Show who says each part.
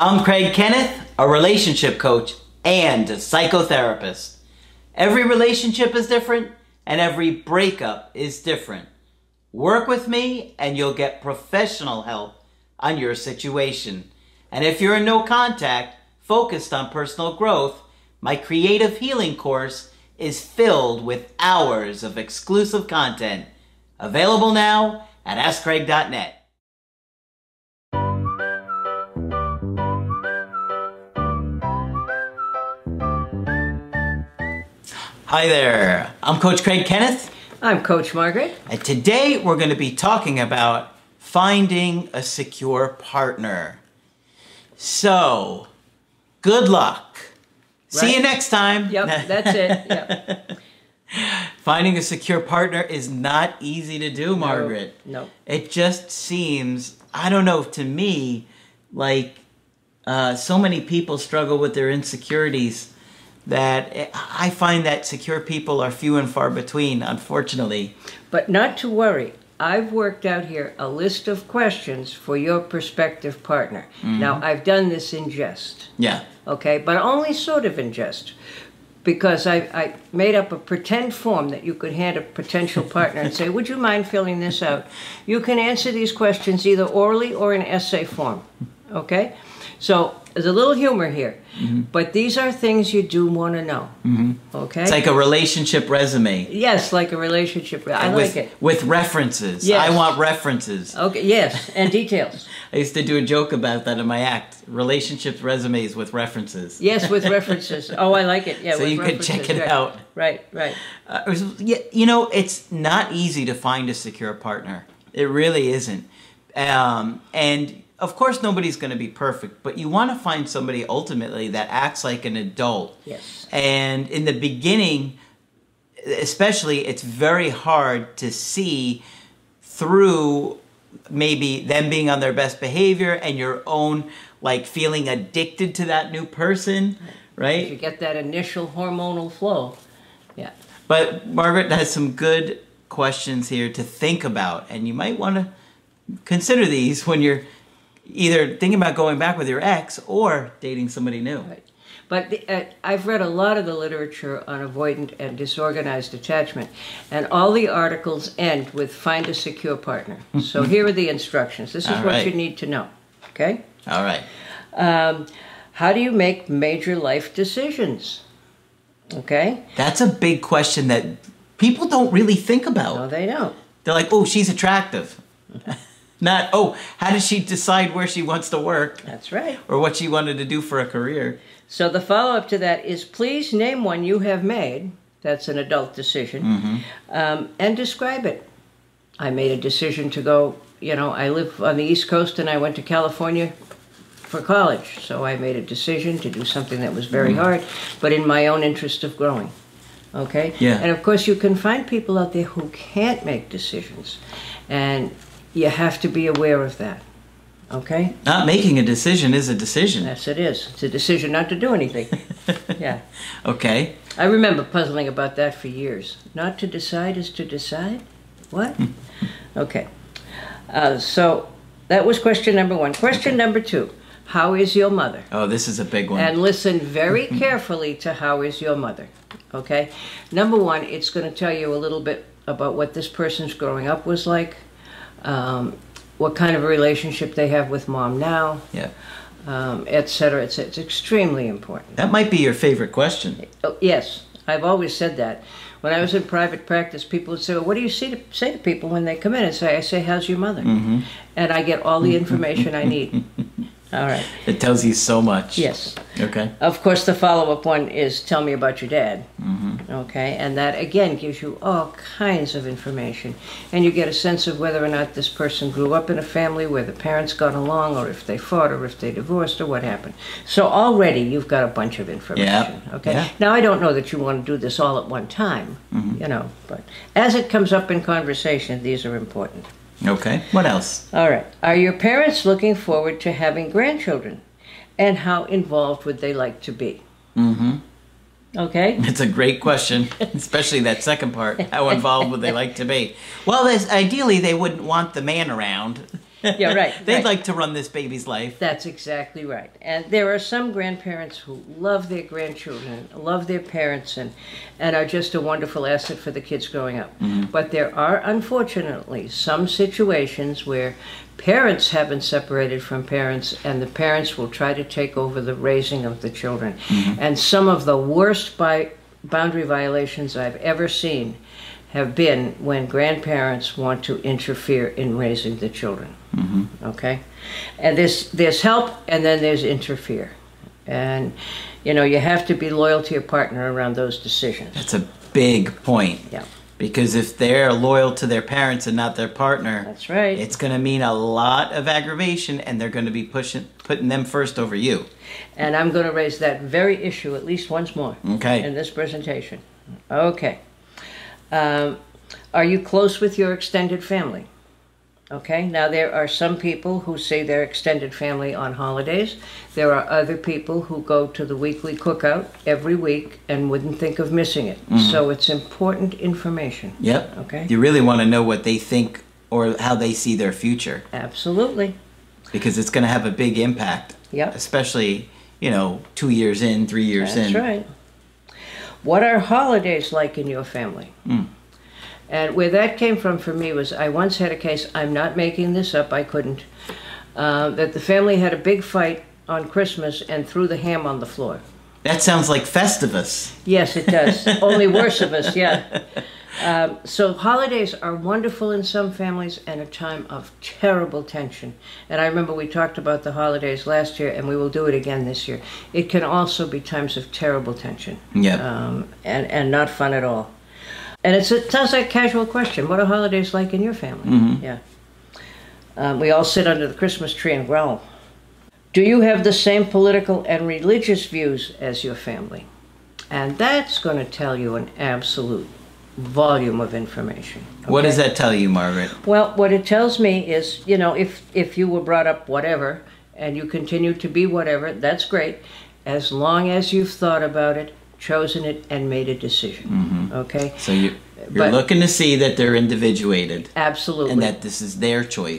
Speaker 1: I'm Craig Kenneth, a relationship coach and a psychotherapist. Every relationship is different and every breakup is different. Work with me and you'll get professional help on your situation. And if you're in no contact, focused on personal growth, my creative healing course is filled with hours of exclusive content. Available now at AskCraig.net. Hi there, I'm Coach Craig Kenneth,
Speaker 2: I'm Coach Margaret.
Speaker 1: and today we're going to be talking about finding a secure partner. So, good luck. See you
Speaker 2: Right.
Speaker 1: next time.
Speaker 2: Yep, that's it. Yep.
Speaker 1: Finding a secure partner is not easy to do, Margaret.
Speaker 2: No.
Speaker 1: It just seems, I don't know, to me, like uh, so many people struggle with their insecurities that I- I find that secure people are few and far between, unfortunately.
Speaker 2: But not to worry. I've worked out here a list of questions for your prospective partner.
Speaker 1: Mm-hmm.
Speaker 2: Now, I've done this in jest,
Speaker 1: Yeah.
Speaker 2: okay, but only sort of in jest because I, I made up a pretend form that you could hand a potential partner and say, Would you mind filling this out? You can answer these questions either orally or in essay form, okay? So there's a little humor here,
Speaker 1: Mm-hmm.
Speaker 2: but these are things you do want to know, okay?
Speaker 1: It's like a relationship resume.
Speaker 2: Yes, like a relationship. I
Speaker 1: with,
Speaker 2: like it.
Speaker 1: With references.
Speaker 2: Yes.
Speaker 1: I want references.
Speaker 2: Okay, yes, and details.
Speaker 1: I used to do a joke about that in my act. Relationships resumes with references.
Speaker 2: Yes, with references. Oh, I like it. Yeah,
Speaker 1: So
Speaker 2: with
Speaker 1: you could check
Speaker 2: references,
Speaker 1: it
Speaker 2: right.
Speaker 1: out.
Speaker 2: Right, right.
Speaker 1: Uh, it was- yeah, you know, it's not easy to find a secure partner. It really isn't. Um, and of course, nobody's going to be perfect, but you want to find somebody ultimately that acts like an adult.
Speaker 2: Yes.
Speaker 1: And in the beginning, especially, it's very hard to see through maybe them being on their best behavior and your own like feeling addicted to that new person, right?
Speaker 2: You get that initial hormonal flow. Yeah.
Speaker 1: But Margaret has some good questions here to think about, and you might want to consider these when you're either thinking about going back with your ex or dating somebody new.
Speaker 2: Right. But the, uh, I've read a lot of the literature on avoidant and disorganized attachment, and all the articles end with find a secure partner. so here are the instructions. This is
Speaker 1: All
Speaker 2: what
Speaker 1: right.
Speaker 2: you need to know. Okay?
Speaker 1: All right.
Speaker 2: Um, how do you make major life decisions? Okay?
Speaker 1: That's a big question that people don't really think
Speaker 2: No,
Speaker 1: about.
Speaker 2: they don't.
Speaker 1: They're like, oh, she's attractive. Not, oh, how did she decide where she wants to work
Speaker 2: That's right.
Speaker 1: or what she wanted to do for a career?
Speaker 2: So the follow up to that is please name one you have made. That's an adult decision. Um, and describe it. I made a decision to go, you know, I live on the East Coast and I went to California for college. So I made a decision to do something that was very hard, but in my own interest of growing. Okay?
Speaker 1: Yeah.
Speaker 2: And of course, you can find people out there who can't make decisions. And you have to be aware of that. Okay?
Speaker 1: Not making a decision is a decision.
Speaker 2: Yes, it is. It's a decision not to do anything. Yeah.
Speaker 1: okay.
Speaker 2: I remember puzzling about that for years. Not to decide is to decide? What? okay. Uh, so that was question number one. Question number two How is your mother?
Speaker 1: Oh, this is a big one.
Speaker 2: And listen very carefully to how is your mother. Okay? Number one, it's going to tell you a little bit about what this person's growing up was like, um, what kind of a relationship they have with mom now,
Speaker 1: yeah.
Speaker 2: um, et cetera, et cetera. It's extremely important.
Speaker 1: That might be your favorite question.
Speaker 2: Oh, yes, I've always said that. When I was in private practice, people would say, well, "What do you say to, say to people when they come in?" And say, "I say, how's your mother?" And I get all the information I need. All right.
Speaker 1: It tells you so much.
Speaker 2: Yes.
Speaker 1: Okay.
Speaker 2: Of course, the follow-up one is tell me about your dad.
Speaker 1: Mm-hmm.
Speaker 2: Okay, and that again gives you all kinds of information, and you get a sense of whether or not this person grew up in a family where the parents got along, or if they fought, or if they divorced, or what happened. So already you've got a bunch of information. Okay.
Speaker 1: yeah. Mm-hmm.
Speaker 2: Now I don't know that you want to do this all at one time, you know, but as it comes up in conversation, these are important.
Speaker 1: Okay. What else?
Speaker 2: All right. Are your parents looking forward to having grandchildren? And how involved would they like to be? Mm-hmm. Okay.
Speaker 1: It's a great question, especially that second part. How involved would they like to be? Well, there's, ideally, they wouldn't want the man around.
Speaker 2: Yeah, right.
Speaker 1: They'd
Speaker 2: right.
Speaker 1: like to run this baby's life.
Speaker 2: That's exactly right. And there are some grandparents who love their grandchildren, love their parents, and, and are just a wonderful asset for the kids growing up. But there are, unfortunately, some situations where parents have been separated from parents, and the parents will try to take over the raising of the children. And some of the worst bi- boundary violations I've ever seen have been when grandparents want to interfere in raising the children. Okay, and there's there's help, and then there's interfere, and you know you have to be loyal to your partner around those decisions.
Speaker 1: That's a big point.
Speaker 2: Yeah,
Speaker 1: Because if they're loyal to their parents and not their partner,
Speaker 2: that's right.
Speaker 1: it's going to mean a lot of aggravation and they're going to be pushing putting them first over you.
Speaker 2: and I'm going to raise that very issue at least once more
Speaker 1: Okay.
Speaker 2: in this presentation. Okay, um, are you close with your extended family? Okay, now there are some people who see their extended family on holidays. There are other people who go to the weekly cookout every week and wouldn't think of missing it. So it's important information.
Speaker 1: Yep.
Speaker 2: Okay.
Speaker 1: You really want to know what they think or how they see their future
Speaker 2: Absolutely.
Speaker 1: because it's going to have a big impact.
Speaker 2: Yep.
Speaker 1: Especially, you know, 2 years in, 3 years in.
Speaker 2: That's right. What are holidays like in your family? And where that came from for me was I once had a case, I'm not making this up, I couldn't, uh, that the family had a big fight on Christmas and threw the ham on the floor.
Speaker 1: That sounds like Festivus.
Speaker 2: Yes, it does. Only worse of us, yeah. Um, so holidays are wonderful in some families and a time of terrible tension. And I remember we talked about the holidays last year, and we will do it again this year. It can also be times of terrible tension
Speaker 1: Yep.
Speaker 2: um, and and not fun at all. And it's, it sounds like a casual question. What are holidays like in your family? Yeah. Um, we all sit under the Christmas tree and growl. Do you have the same political and religious views as your family? And that's going to tell you an absolute volume of information.
Speaker 1: What
Speaker 2: okay?
Speaker 1: does that tell you, Margaret?
Speaker 2: Well, what it tells me is, you know, if if you were brought up whatever and you continue to be whatever, that's great, as long as you've thought about it, chosen it, and made a decision. Okay,
Speaker 1: So you, you're
Speaker 2: But-
Speaker 1: looking to see that they're individuated
Speaker 2: absolutely.
Speaker 1: and that this is their choice.